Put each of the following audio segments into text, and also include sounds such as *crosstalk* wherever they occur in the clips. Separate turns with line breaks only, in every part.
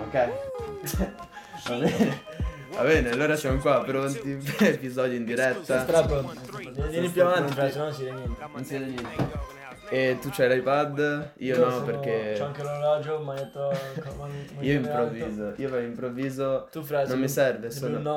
ok? *laughs* Va bene. Va bene, allora siamo qua pronti per *laughs* episodio in diretta.
Sarà pronto. Vieni più avanti, però, sennò non si vede niente.
Non si vede niente. E tu c'hai l'iPad? Io no,
sono-
perché
C'ho anche l'orologio, ma io
*laughs*
to- ma- ma-
io improvviso. Io per improvviso
Tu frasi.
non mi serve,
Sembra
sono
un no.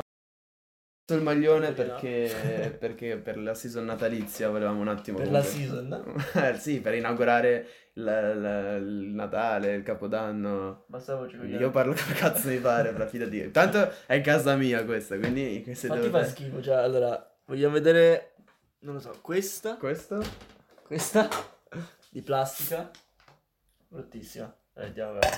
Ho il maglione perché, perché per la season natalizia volevamo un attimo
Per la
comunque- *laughs* Eh, sì, per inaugurare la- la- il Natale, il Capodanno
Basta voce con gli
Io parlo *laughs* come cazzo mi pare, fra fida di... Tanto è casa mia questa, quindi se
Ma
devo...
ti fa schifo, cioè, allora, vogliamo vedere, non lo so, questa,
Questo?
questa, di plastica, bruttissima. Eh, andiamo, vabbè.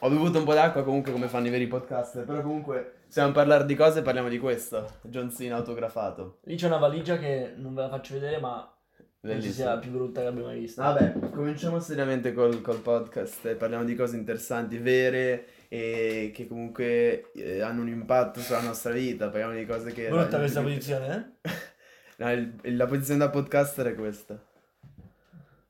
Ho bevuto un po' d'acqua comunque come fanno i veri podcaster, però comunque se vogliamo parlare di cose parliamo di questo, John Cena autografato.
Lì c'è una valigia che non ve la faccio vedere, ma penso sia la
Bellissimo.
più brutta che abbia mai visto.
Vabbè, cominciamo seriamente col, col podcast, eh, parliamo di cose interessanti, vere e che comunque eh, hanno un impatto sulla nostra vita, parliamo di cose che...
Brutta questa posizione, eh?
*laughs* No, il- la posizione da podcaster è questa.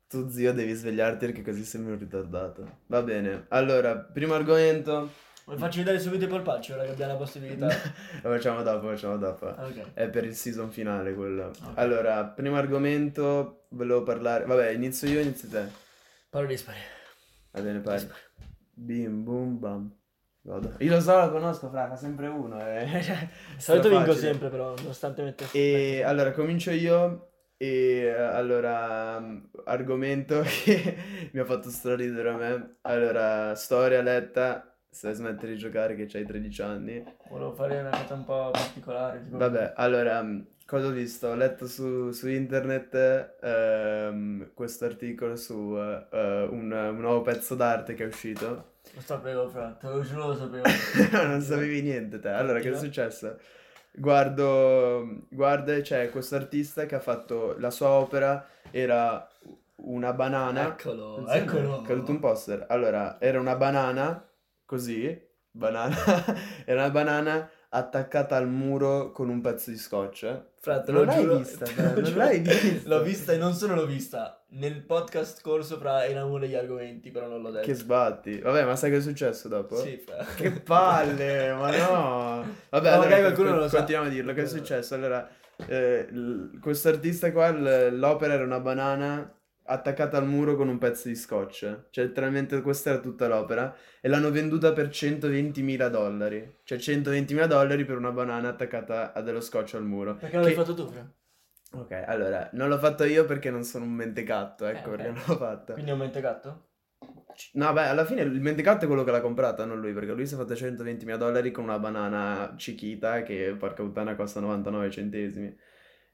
Tu zio devi svegliarti perché così sembri un ritardato. Va bene, allora, primo argomento,
Vi faccio vedere subito i polpacci, ora che abbiamo la possibilità.
lo facciamo dopo, lo facciamo dopo.
Ah, ok.
È per il season finale quello.
Ok.
Allora, primo argomento, volevo parlare... Vabbè, inizio io, inizio te.
Parole dispari.
Va bene, pari. Bim bum bam. Vado. Io lo so, lo conosco, Fra, sempre uno. Eh. *laughs*
Solito vinco
Strafacile.
sempre, però, nonostante metta...
E allora comincio io. E eh, allora, mm, argomento *laughs* che mi ha fatto straridere a me. Allora, storia letta. Se smetti di giocare che c'hai 13 anni.
Volevo fare una cosa un po' particolare. tipo-
Vabbè, allora, mm, cosa ho visto? Ho letto su, su internet ehm, questo articolo su eh, eh, un, un nuovo pezzo d'arte che è uscito. *laughs*
Lo sapevo, fra, te lo giuro, lo sapevo.
non sapevi niente te. Allora, che è
Continua.
successo? Guardo, guarda, c'è questo artista che ha fatto la sua opera, era una
Ecco.
banana.
Eccolo,
Attenzione,
eccolo.
È caduto un poster. Allora, era una banana, così, banana, *laughs* era una banana attaccata al muro con un pezzo di scotch.
Fra, te
Non
lo
l'hai
giuro, *laughs*
vista,
te
però,
lo
non
giuro.
l'hai vista.
L'ho vista e non solo l'ho vista, nel podcast corso fra era uno degli argomenti, però non l'ho detto.
Che sbatti. Vabbè, ma sai che è successo dopo?
sì,
*laughs*
fra.
Che palle, ma no. Vabbè,
Ma
allora,
magari
co-
qualcuno
co-
lo sa.
continuiamo a dirlo. Che è successo? Allora, eh, l- questo artista qua, l- l'opera era una banana attaccata al muro con un pezzo di scotch. Cioè, letteralmente questa era tutta l'opera. E l'hanno venduta per 120.000 dollari. Cioè, 120.000 dollari per una banana attaccata a dello scotch al muro.
Perché l'hai
Che-
fatto tu, fra?
Ok, allora, non l'ho fatto io perché non sono un mentecatto, ecco
Eh, ok.
perché non l'ho fatta.
Quindi è un mentecatto?
No, beh, alla fine il mendicanto è quello che l'ha comprata, non lui, perché lui si è fatto 120.000 dollari con una banana cichita che, porca puttana, costa 99 centesimi.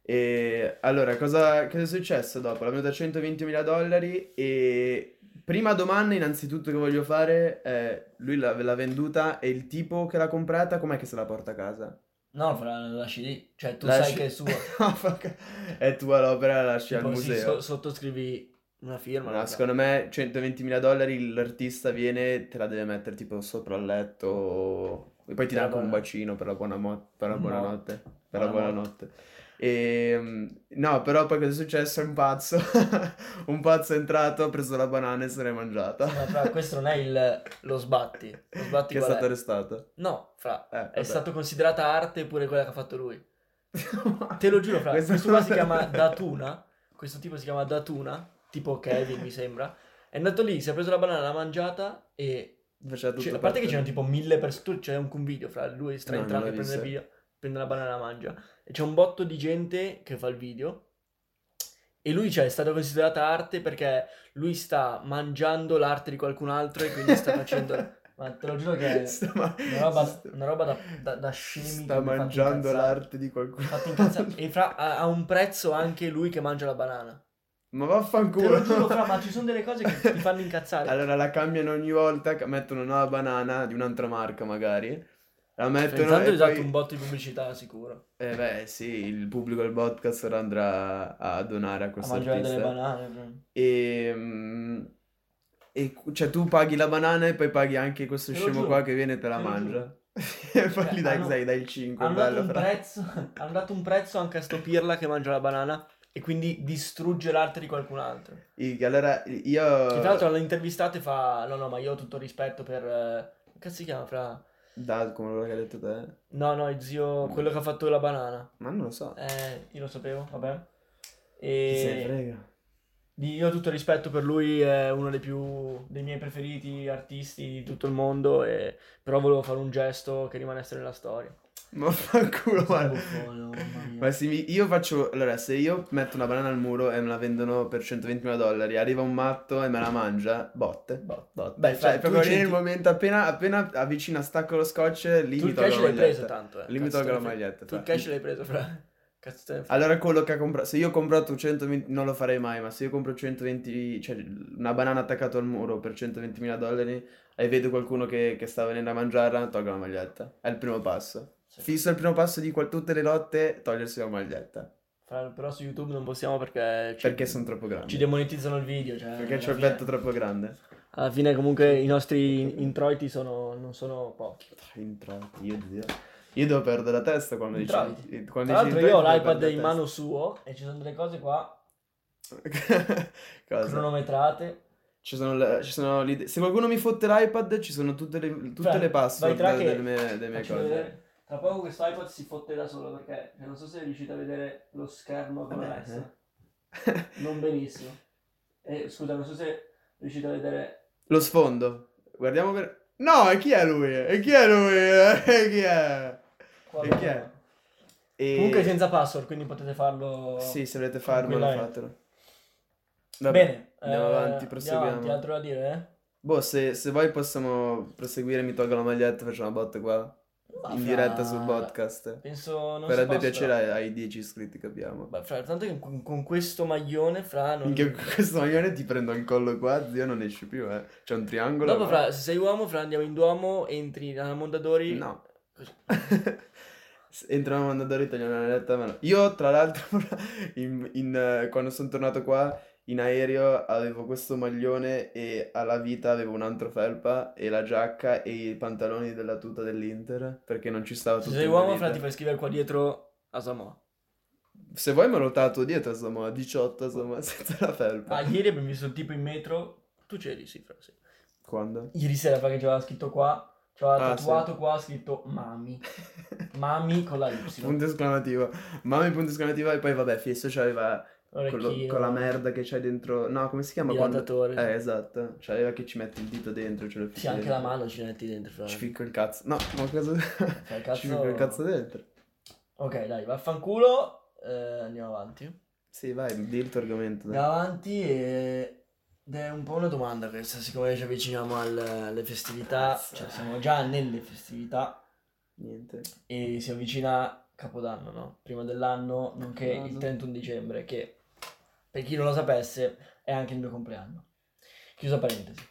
E allora, cosa, cosa è successo dopo? L'ha venuta a 120.000 dollari e prima domanda innanzitutto che voglio fare è, lui l'ha, l'ha venduta e il tipo che l'ha comprata com'è che se la porta a casa? *laughs*
No, fra, la lasci lì. Cioè, tu
Lasci-
sai che è
*laughs*
sua.
No, porca- è tua l'opera, la lasci al
Tipo, sì,
museo.
so- sottoscrivi una firma.
Ma
una-
secondo me 120.000 dollari l'artista viene, te la deve mettere tipo sopra il letto o- e poi ti dà
Per la
anche un
buona-
bacino per la, buona mo- per la
No.
buonanotte. Per la
Buonanotte.
buonanotte. E, no, però poi cosa è successo? Un pazzo. *laughs* un pazzo è entrato, ha preso la banana e se l'è mangiata.
Ma fra, questo non è il... lo sbatti. Lo sbatti
che è
qual
stato arrestato.
No, fra,
Eh, vabbè.
è stata considerata arte pure quella che ha fatto lui. *laughs* Te lo giuro, fra, questo qua
*laughs*
si chiama Datuna. Questo tipo si chiama Datuna, tipo Kevin, mi sembra. È andato lì, si è preso la banana, l'ha mangiata e...
Faceva tutto
cioè, a parte che
parte.
c'erano tipo mille persone, c'è un un video fra lui sta
No,
entrando
non
e
l'ho
prende il
visto.
video, prende la banana e la mangia. E c'è un botto di gente che fa il video. E lui, cioè, è stata considerata arte perché lui sta mangiando l'arte di qualcun altro e quindi sta facendo... Ma te lo giuro che
*laughs*
è
Sta ma-
una roba,
sta-
una roba da, da, da scemi.
sta
che mi ha fatto
mangiando
incazzare.
l'arte di qualcuno.
Mi ha fatto incazzare. E fra, ha, ha un prezzo anche lui che mangia la banana.
*laughs* Ma
Te
vaffanculo.
lo giuro, fra, ma ci sono delle cose che ti fanno
*laughs*
incazzare.
Allora la cambiano ogni volta, ca- mettono una banana di un'altra marca magari. La
Cioè,
mettono
intanto hai
e
usato
poi...
un botto di pubblicità, sicuro.
Eh beh sì, il pubblico del podcast ora andrà a donare a
A
questo
mangiare delle
artista. eh.
banane. fra.
E, mm, e cu- cioè tu paghi la banana e poi paghi anche questo
Te lo
scemo
giuro,
qua che viene e te la
te lo
mangia. *laughs* E poi
Cioè,
gli dai,
hanno-
dai, dai il 5,
Hanno dato,
bello
un
fra.
prezzo, *laughs* hanno dato un prezzo anche a sto pirla che mangia la banana e quindi distrugge l'arte di qualcun altro.
I- Allora
Che tra l'altro
io...
l'hanno intervistato e fa: No, no, ma io ho tutto il rispetto per eh, Cazzo si chiama, fra?
Dad, come quello che hai detto te.
No, no, il zio,
Mm.
quello che ha fatto la banana.
Ma non lo so.
Eh, io lo sapevo, vabbè. Eh,
Chi se ne
E
frega.
di- io ho tutto il rispetto per lui, è uno dei più dei miei preferiti artisti di tutto il mondo, e... però volevo fare un gesto che rimanesse nella storia.
Ma fa culo, guarda.
buffone, oh, mamma mia.
Ma se mi- io faccio. Allora, se io metto una banana al muro e me la vendono per 120.000 dollari, arriva un matto e me la mangia, botte.
Boh,
Botte.
Beh, fra,
cioè,
tu
proprio lì nel
incenti-
momento appena, appena avvicina, stacco lo scotch, lì
tu
mi
il
tolgo
cash
la
l'hai
maglietta.
preso tanto, eh.
Lì mi
Cazzo te
tolgo la
ne frega.
maglietta.
Tu il
fra.
cash l'hai preso, fra. Cazzo te ne frega.
Allora quello che ha comprato, se io ho comprato 120, non lo farei mai, ma se io compro 120, cioè una banana attaccata al muro per 120.000 dollari e vedo qualcuno che, che sta venendo a mangiarla, tolgo la maglietta. È il primo passo.
Sì.
Fisso è il primo passo di qual- tutte le lotte, togliersi la maglietta.
Fra- però su YouTube non possiamo perché ci,
Perché sono troppo grandi.
ci demonetizzano il video. Cioè,
Perché
alla
c'ho il
fine-
petto troppo grande.
Alla fine comunque i nostri introiti sono, non sono pochi.
Introiti, io Dio. Io devo perdere la testa quando dici...
Introiti.
Quando
Tra
dici
l'altro io
introiti, devo
ho l'iPad
perdere
in
la
mano suo e ci sono delle cose qua
testa. *laughs* Cosa?
cronometrate.
Ci sono, le- ci sono l'ide- Se qualcuno mi fotte l'iPad, ci sono tutte le, tutte
Fra,
le password
vai tra
de-
che
delle mie, delle mie
Faccio
cose.
vedere. Tra poco questo iPad si fotte da solo perché cioè, non so se riuscite a vedere lo schermo come
Vabbè,
adesso. Non benissimo. E scusa, non so se riuscite a vedere.
*laughs* Lo sfondo. Guardiamo per... No, e chi è lui? E chi è lui? *laughs* E chi è?
qua.
E chi è? E-
Comunque senza password, quindi potete farlo.
Sì, se volete farmelo,
Tranquillamente.
fatelo. Vabbè.
Bene,
andiamo
eh,
avanti,
andiamo
proseguiamo.
avanti, altro da dire, eh?
Boh, se, se voi possiamo proseguire, mi tolgo la maglietta, faccio una botta qua.
eh? Ma
in
fra-
diretta sul podcast.
Penso non si
Farebbe
possa.
piacere ai- ai 10 iscritti che abbiamo.
Ma fra, tanto che con, con questo maglione, fra, non...
Minchia, con *laughs* questo maglione ti prendo il collo qua, zio, non esci più, eh. C'è un triangolo.
Dopo,
ma-
fra, se sei uomo, fra, andiamo in Duomo, entri alla Mondadori...
No. *laughs*
Così.
Entrano a Mondadori, tagliano la letta, ma no. Io, tra l'altro, *laughs* in- in, eh, quando sono tornato qua, in aereo avevo questo maglione e alla vita avevo un altro felpa e la giacca e i pantaloni della tuta dell'Inter, perché non ci stava
Se
tutto
sei
in
uomo,
vita.
fra, ti fai scrivere qua dietro a Samoa.
Se vuoi me lo tatuo dietro, insomma, 18, insomma, *laughs* senza la felpa.
Ah, ieri abbiamo visto il tipo in metro... Tu c'eri, sì, fra, sì.
Quando?
Ieri sera, fra, che c'aveva scritto qua... C'aveva
Ah,
tatuato qua, scritto Mami. Mami con
*laughs*
la Y.
Punto esclamativo. Mamma mia, punto esclamativo. E poi vabbè, Fiesto c'aveva quello-
L'orecchino.
con la merda che c'è dentro. No, come si chiama? Quando...
dilatatore.
Eh, esatto. C'aveva che ci mette il dito dentro. Ce lo
Sì,
fitti
anche
dentro.
la mano ci metti dentro, fra.
Ci ficco il cazzo. No, ma cosa...
Fra, il
*laughs* Ci ficco il cazzo dentro.
Ok, dai, vaffanculo. eh, andiamo avanti.
Sì, vai, di il tuo argomento. dai.
Andiamo avanti e... ed è un po' una domanda questa, siccome ci avviciniamo al- alle festività,
Cazzo.
cioè siamo già nelle festività
Niente.
e si avvicina Capodanno, no? Prima dell'anno, nonché
Capodanno.
il 31 dicembre, che per chi non lo sapesse è anche il mio compleanno. Chiusa parentesi.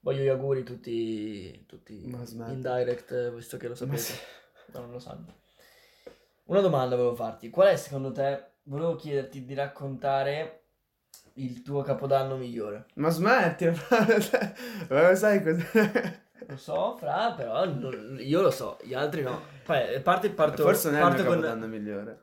Voglio gli auguri tutti, tutti
Ma smetti.
in direct, eh, visto che lo
Ma
sapete.
se-
No, non lo sanno. Una domanda volevo farti. Qual è secondo te? Volevo chiederti di raccontare il tuo capodanno migliore.
Ma smetti, *laughs* ma lo sai cosa...
Lo so, Fra, però non- io lo so, gli altri *laughs* no. Poi, a parte, parto,
Forse non è il mio
parto con... Ah,
capodanno migliore.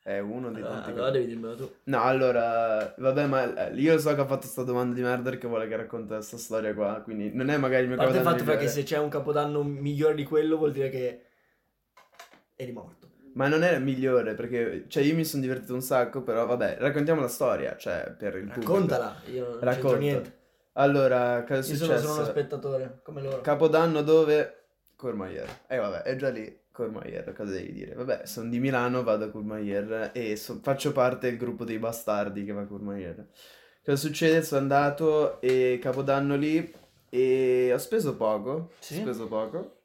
È uno dei
Allora,
tanti
allora devi dirmelo tu.
No, allora, vabbè, ma eh, io so che ha fatto sta domanda di merda che vuole che racconta questa storia qua, quindi non è magari il
A
mio
parte il
capodanno
fatto fra, che
migliore.
se c'è un capodanno migliore di quello vuol dire che eri morto.
Ma non è il migliore, perché, cioè, io mi sono divertito un sacco, però, vabbè, raccontiamo la storia, cioè, per il pubblico.
Raccontala, io non
Racconto.
c'entro niente.
Allora, cosa è
Io sono
successo?
solo uno spettatore, come loro.
Capodanno dove? Courmayeur. E vabbè, è già lì Courmayeur, cosa devi dire? Vabbè, sono di Milano, vado a Courmayeur e so- faccio parte del gruppo dei bastardi che va a Courmayeur. Cosa succede? Sono andato e Capodanno lì e ho speso poco,
Sì.
ho speso poco.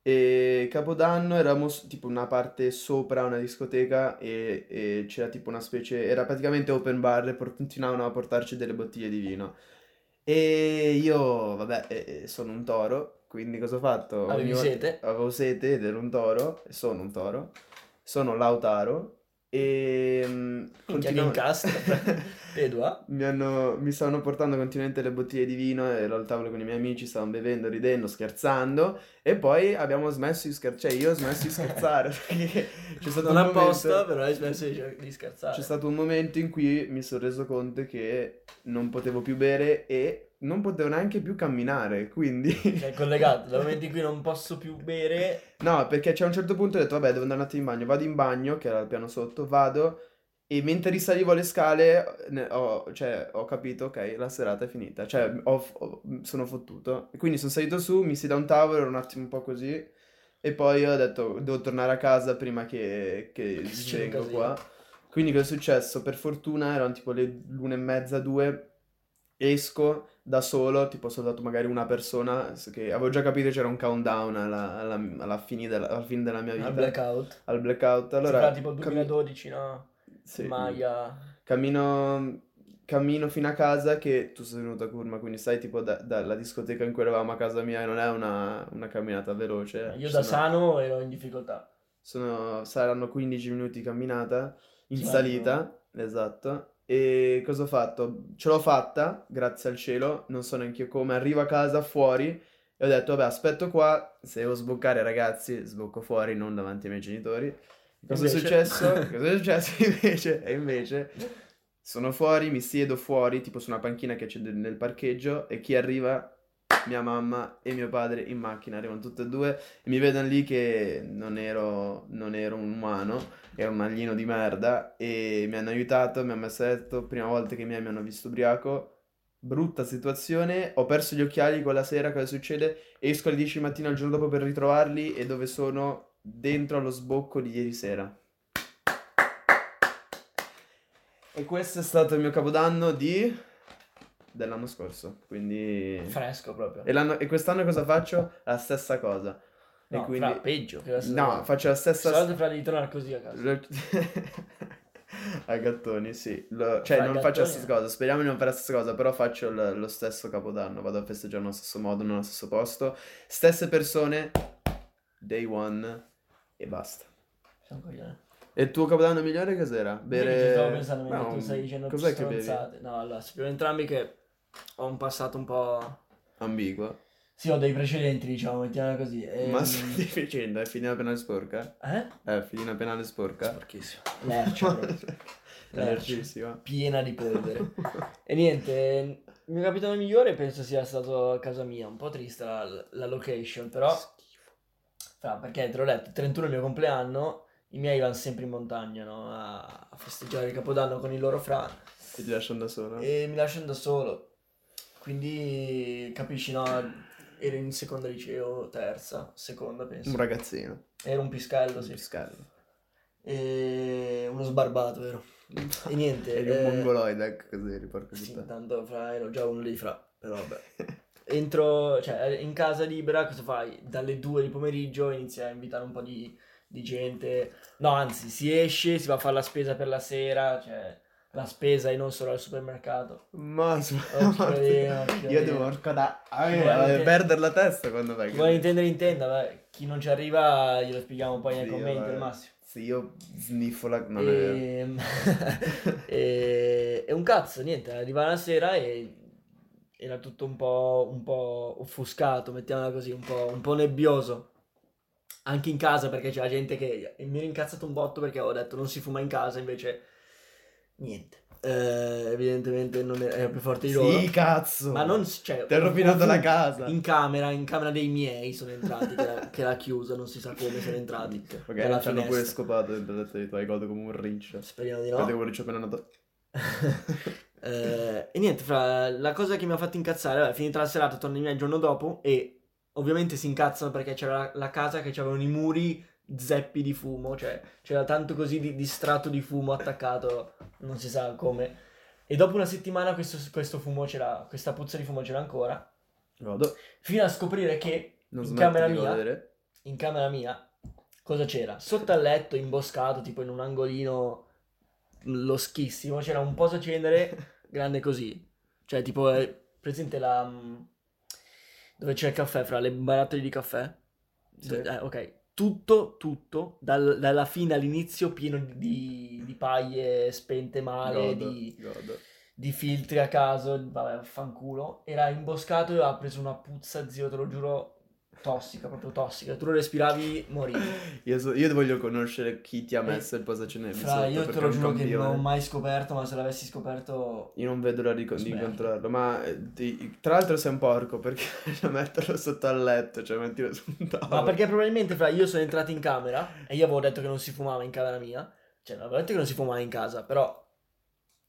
E Capodanno eravamo s- tipo una parte sopra una discoteca e, e c'era tipo una specie, era praticamente open bar e por- continuavano a portarci delle bottiglie di vino. E io, vabbè, eh, eh, sono un toro, quindi cosa ho fatto?
Avevi
Ogni volta-
sete?
Avevo sete ed ero un toro, e sono un toro, sono Lautaro e... mm,
Minchia, che
continuavo- *laughs*
incastro. Pedua.
mi, hanno- mi stavano portando continuamente le bottiglie di vino, eh, ero al tavolo con i miei amici, stavano bevendo, ridendo, scherzando e poi abbiamo smesso di scherzare, cioè io ho smesso di scherzare perché c'è stato
Non
un momento-
apposta, però hai smesso di, di scherzare.
c'è stato un momento in cui mi sono reso conto che non potevo più bere e non potevo neanche più camminare, quindi...
Cioè, collegato, dal momento in cui non posso più bere,
No, perché c'è un certo punto ho detto, vabbè, devo andare un attimo in bagno. Vado in bagno, che era al piano sotto, vado e mentre risalivo le scale ne- ho, cioè, ho capito, ok, la serata è finita. Cioè, ho f- ho- sono fottuto. E Quindi sono salito su, mi si da un tavolo, ero un attimo un po' così. E poi ho detto, devo tornare a casa prima che, che
Che succede un
svengo
casino.
qua. Quindi cosa è successo? Per fortuna erano tipo le l'una e mezza, due, esco da solo, tipo ho salutato magari una persona, s- che avevo già capito c'era un countdown alla, alla, alla fine, della, alla fine della mia vita,
al blackout.
al blackout.
Allora,
Allora,
tipo il
cammi-
2012, no?
sì.
Maia.
Cammino, cammino fino a casa che tu sei venuto a Curma, quindi sai tipo da- dalla discoteca in cui eravamo a casa mia, non è una, una camminata veloce. eh.
Io
ci sono-
da sano ero in difficoltà.
sono- saranno 15 minuti di camminata in
Sì,
salita, esatto. E cosa ho fatto? Ce l'ho fatta, grazie al cielo, non so neanche io come, arrivo a casa fuori e ho detto, vabbè, aspetto qua, se devo sboccare ragazzi, sbocco fuori, non davanti ai miei genitori. Cosa è
Invece-
successo? Cosa è successo *laughs* invece? E invece sono fuori, mi siedo fuori, tipo su una panchina che c'è nel parcheggio e chi arriva? Mia mamma e mio padre in macchina, arrivano tutte e due e mi vedono lì che non ero, non ero un umano, ero un alieno di merda e mi hanno aiutato, mi hanno messo a letto, prima volta che i miei mi hanno visto ubriaco. Brutta situazione, ho perso gli occhiali quella sera, cosa succede? Esco alle 10 di mattina il giorno dopo per ritrovarli e dove sono? Dentro allo sbocco di ieri sera. E questo è stato il mio capodanno di... dell'anno scorso, quindi...
Fresco proprio.
E, l'anno- e quest'anno cosa faccio? La stessa cosa.
No,
e quindi...
fra, peggio. che adesso-
No, faccio la stessa...
Soltanto fra di tornare così a casa.
Lo- A gattoni, sì. Lo- Cioè,
Fra
non
gattoni,
faccio la stessa
eh.
cosa. Speriamo di non fare la stessa cosa. Però faccio l- lo stesso capodanno. Vado a festeggiare nello stesso modo, nello stesso posto. Stesse persone, day one e basta.
Sono un coglione.
E il tuo capodanno migliore cos'era?
Io ci stavo
Bere.
pensando mentre
No,
tu stai dicendo
cos'è che bevi?
stronzate. No, allora, sappiamo entrambi che ho un passato un po'...
Ambigua.
Sì, ho dei precedenti, diciamo, mettiamola così. E...
Ma stai dicendo, è finita la penale sporca?
Eh?
È finita la penale sporca?
Sporchissimo.
*laughs*
Lercia, proprio.
Energissima.
piena di polvere. e niente, il mio capitano migliore penso sia stato a casa mia, un po' triste la, la location, però... Fra, perché te l'ho detto, il 31 è il mio compleanno, i miei vanno sempre in montagna, no? A a festeggiare il Capodanno con il loro fra.
Ti lasciano da sola.
e mi lasciano da solo. Quindi capisci, no? Ero in seconda liceo, terza, seconda penso.
Un ragazzino.
Ero un piscallo,
Un
sì.
piscallo.
E uno sbarbato, vero? E niente.
Eri un
eh,
mongoloide, ecco così, porca
Sì,
puttana.
intanto fra ero già uno dei fra, però vabbè. Entro, cioè, in casa libera, cosa fai? Dalle 2 di pomeriggio inizi a invitare un po' di, di gente. No, anzi, si esce, si va a fare la spesa per la sera, cioè la spesa e non solo al supermercato.
*laughs* Ma su-
Occhiolino,
io
occhiolino.
devo porca da
Chi
eh,
vuole
eh,
te-
perdere la testa quando vai.
Chi vuole intendere intenda, vabbè, chi non ci arriva glielo spieghiamo poi nei
Sì,
commenti
vabbè.
al massimo.
Se io sniffo la. Non è vero.
E... *laughs* e... e Ehm, eh, un cazzo, niente, arriva la sera e era tutto un po', un po' offuscato, mettiamola così, un po', un po' nebbioso. Anche in casa perché c'era gente che e mi ero incazzato un botto perché avevo detto non si fuma in casa, invece niente. Eh, evidentemente non era, era più forte di loro.
Sì, cazzo.
Ma non s- cioè,
Ti ha rovinato la
ovunque.
casa.
In camera, in camera dei miei sono entrati, che, era- che era chiusa, non si sa come sono entrati. dalla
Ok, ci hanno pure
finestra.
scopato dentro la testa, hai godo come un riccio.
Speriamo di
Guardate
no.
come riccio appena
*laughs*
nato.
Eh, e niente, fra la cosa che mi ha fatto incazzare, vabbè, finita la serata, torno in mia il giorno dopo e ovviamente si incazzano perché c'era la, la casa che c'avevano i muri zeppi di fumo, cioè c'era tanto così di, di strato di fumo attaccato, non si sa come. E dopo una settimana questo, questo fumo c'era, questa puzza di fumo c'era ancora,
Godo.
fino a scoprire che
Non
In
smetto
camera
di
mia?
godere.
in camera mia, cosa c'era? Sotto al letto, imboscato, tipo in un angolino loschissimo, c'era
*laughs*
un posacenere grande così. Cioè, tipo, è presente la... mm, dove c'è il caffè, fra le barattoli di caffè?
Sì.
Eh, ok. Tutto, tutto, dal- dalla fine all'inizio, pieno di, di paie spente male,
Godo,
di
godo.
di filtri a caso, vabbè, fanculo. Era imboscato e aveva preso una puzza, zio, te lo giuro, tossica, proprio tossica. Tu lo respiravi, morivi.
*laughs* Io, so- io voglio conoscere chi ti ha messo il posaceneve
Fra,
sotto,
io te
perché
lo
è un
giuro che non l'ho
campione.
mai scoperto, ma se l'avessi scoperto...
Io non vedo l'ora di, con- di
Smerda.
incontrarlo, ma eh, ti- tra l'altro sei un porco perché *laughs* metterlo sotto al letto, cioè metterlo su un tavolo.
Ma perché probabilmente, fra, io sono entrato in camera e io avevo detto che non si fumava in camera mia. Cioè, avevo detto che non si fumava in casa, però...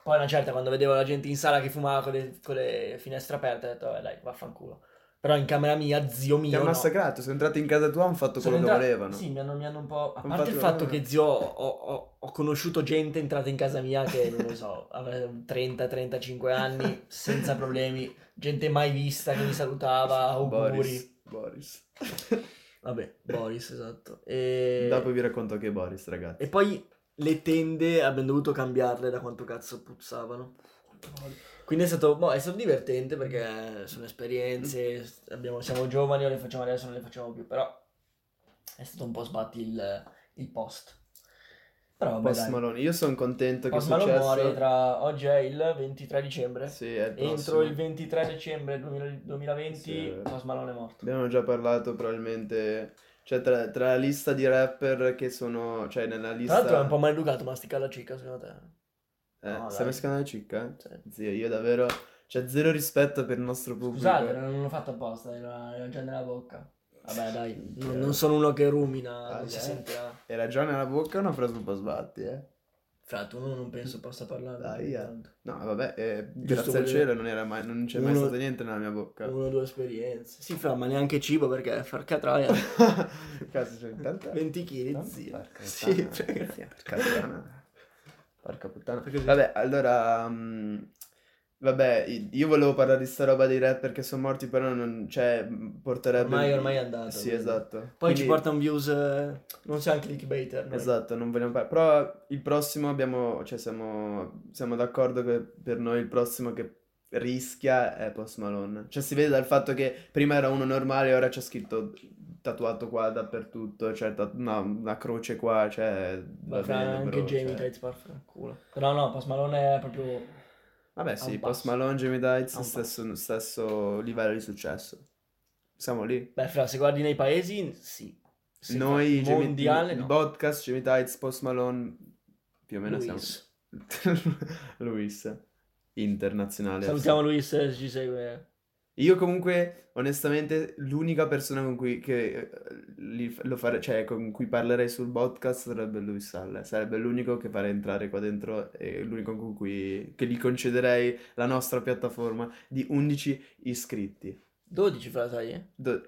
Poi una certa, quando vedevo la gente in sala che fumava con le, con le finestre aperte, ho detto, vabbè dai, vaffanculo. Però in camera mia, zio mio,
Ti ha
no.
massacrato, sono entrati in casa tua, hanno fatto
Sono
quello
entrato-
che volevano.
Sì, mi hanno, mi hanno un po'. A
Un
parte
fatto-
il fatto che zio, ho, ho- ho conosciuto gente entrata in casa mia che non lo so, *laughs* aveva 30-35 anni, senza problemi, gente mai vista che mi salutava, auguri.
Boris. Boris.
Vabbè, Boris, esatto. E...
Dopo vi racconto che è Boris, ragazzi.
e poi le tende abbiamo dovuto cambiarle da quanto cazzo puzzavano. Quindi è stato, boh, è stato divertente perché sono esperienze, abbiamo- siamo giovani, o le facciamo adesso, non le facciamo più, però è stato un po' sbatti il, il post. Però vabbè
Post
dai,
Malone, io sono contento che è
Post Malone
successo.
muore tra, oggi è il 23 dicembre,
Sì, è il prossimo.
entro il 23 dicembre 2000 2020
Sì.
Post Malone è morto.
Abbiamo già parlato probabilmente, cioè tra, tra la lista di rapper che sono, cioè nella
Tra l'altro è
lista...
un po' maleducato masticare la cicca secondo te.
Eh,
No,
stai
dai.
mescolando la cicca?
Cioè,
Zio, io davvero, c'è zero rispetto per il nostro pubblico.
Scusate, non l'ho fatto apposta, era, era già nella bocca. Vabbè dai,
Minchia.
non, non sono uno che rumina,
Ah,
non si
dai.
sentirà.
E ragione alla bocca è una frase un po' sbatti, eh.
Fra tu no, non penso possa parlare.
Dai,
perché
eh.
tanto.
No, vabbè, eh, grazie al
volevo-
cielo non, era mai, non c'è mai
Uno-
stato niente nella mia bocca.
Una o due esperienze. Sì, fra, ma neanche cibo perché far *laughs* catraia.
*laughs* Cazzo, c'è tanta...
20 kg, zio.
Porca
Sì,
puttana.
perché-
Porca puttana. Porca puttana.
Perché-
Vabbè, allora... mm, vabbè, i- io volevo parlare di sta roba dei rapper che sono morti, però non... Cioè, m, porterebbe...
Ormai- ormai è andato,
Sì,
quindi.
esatto.
Poi
Quindi-
ci portano views, eh, non siamo clickbaiter. noi.
Esatto, non vogliamo parlare. Però il prossimo abbiamo... Cioè, siamo, siamo d'accordo che per noi il prossimo che rischia è Post Malone. Cioè, si vede dal fatto che prima era uno normale e ora c'è scritto tatuato qua dappertutto, cioè ta- no, una croce qua, cioè...
Ma
va
fra
bene,
anche
bro,
Jamie
cioè.
Tights per culo. Però no, Post Malone è proprio...
Vabbè,
un
sì, Post
passo.
Malone, Jamie Dites,
A un
stesso, stesso livello di successo. Siamo lì.
Beh, fra, se guardi nei paesi, sì. Se
Noi,
fa-
Jamie-
mondiale,
il
no.
podcast, Jamie Dites, Post Malone, più o meno siamo...
Luis.
*laughs* Luis, internazionale.
Salutiamo Luis eh, se ci segue.
Io comunque, onestamente, l'unica persona con cui, che, eh, li- lo fare, cioè, con cui parlerei sul podcast sarebbe Luis Salla. Sarebbe l'unico che farei entrare qua dentro e l'unico con cui che gli concederei la nostra piattaforma di 11 iscritti.
12, fra, sai, eh?
Do-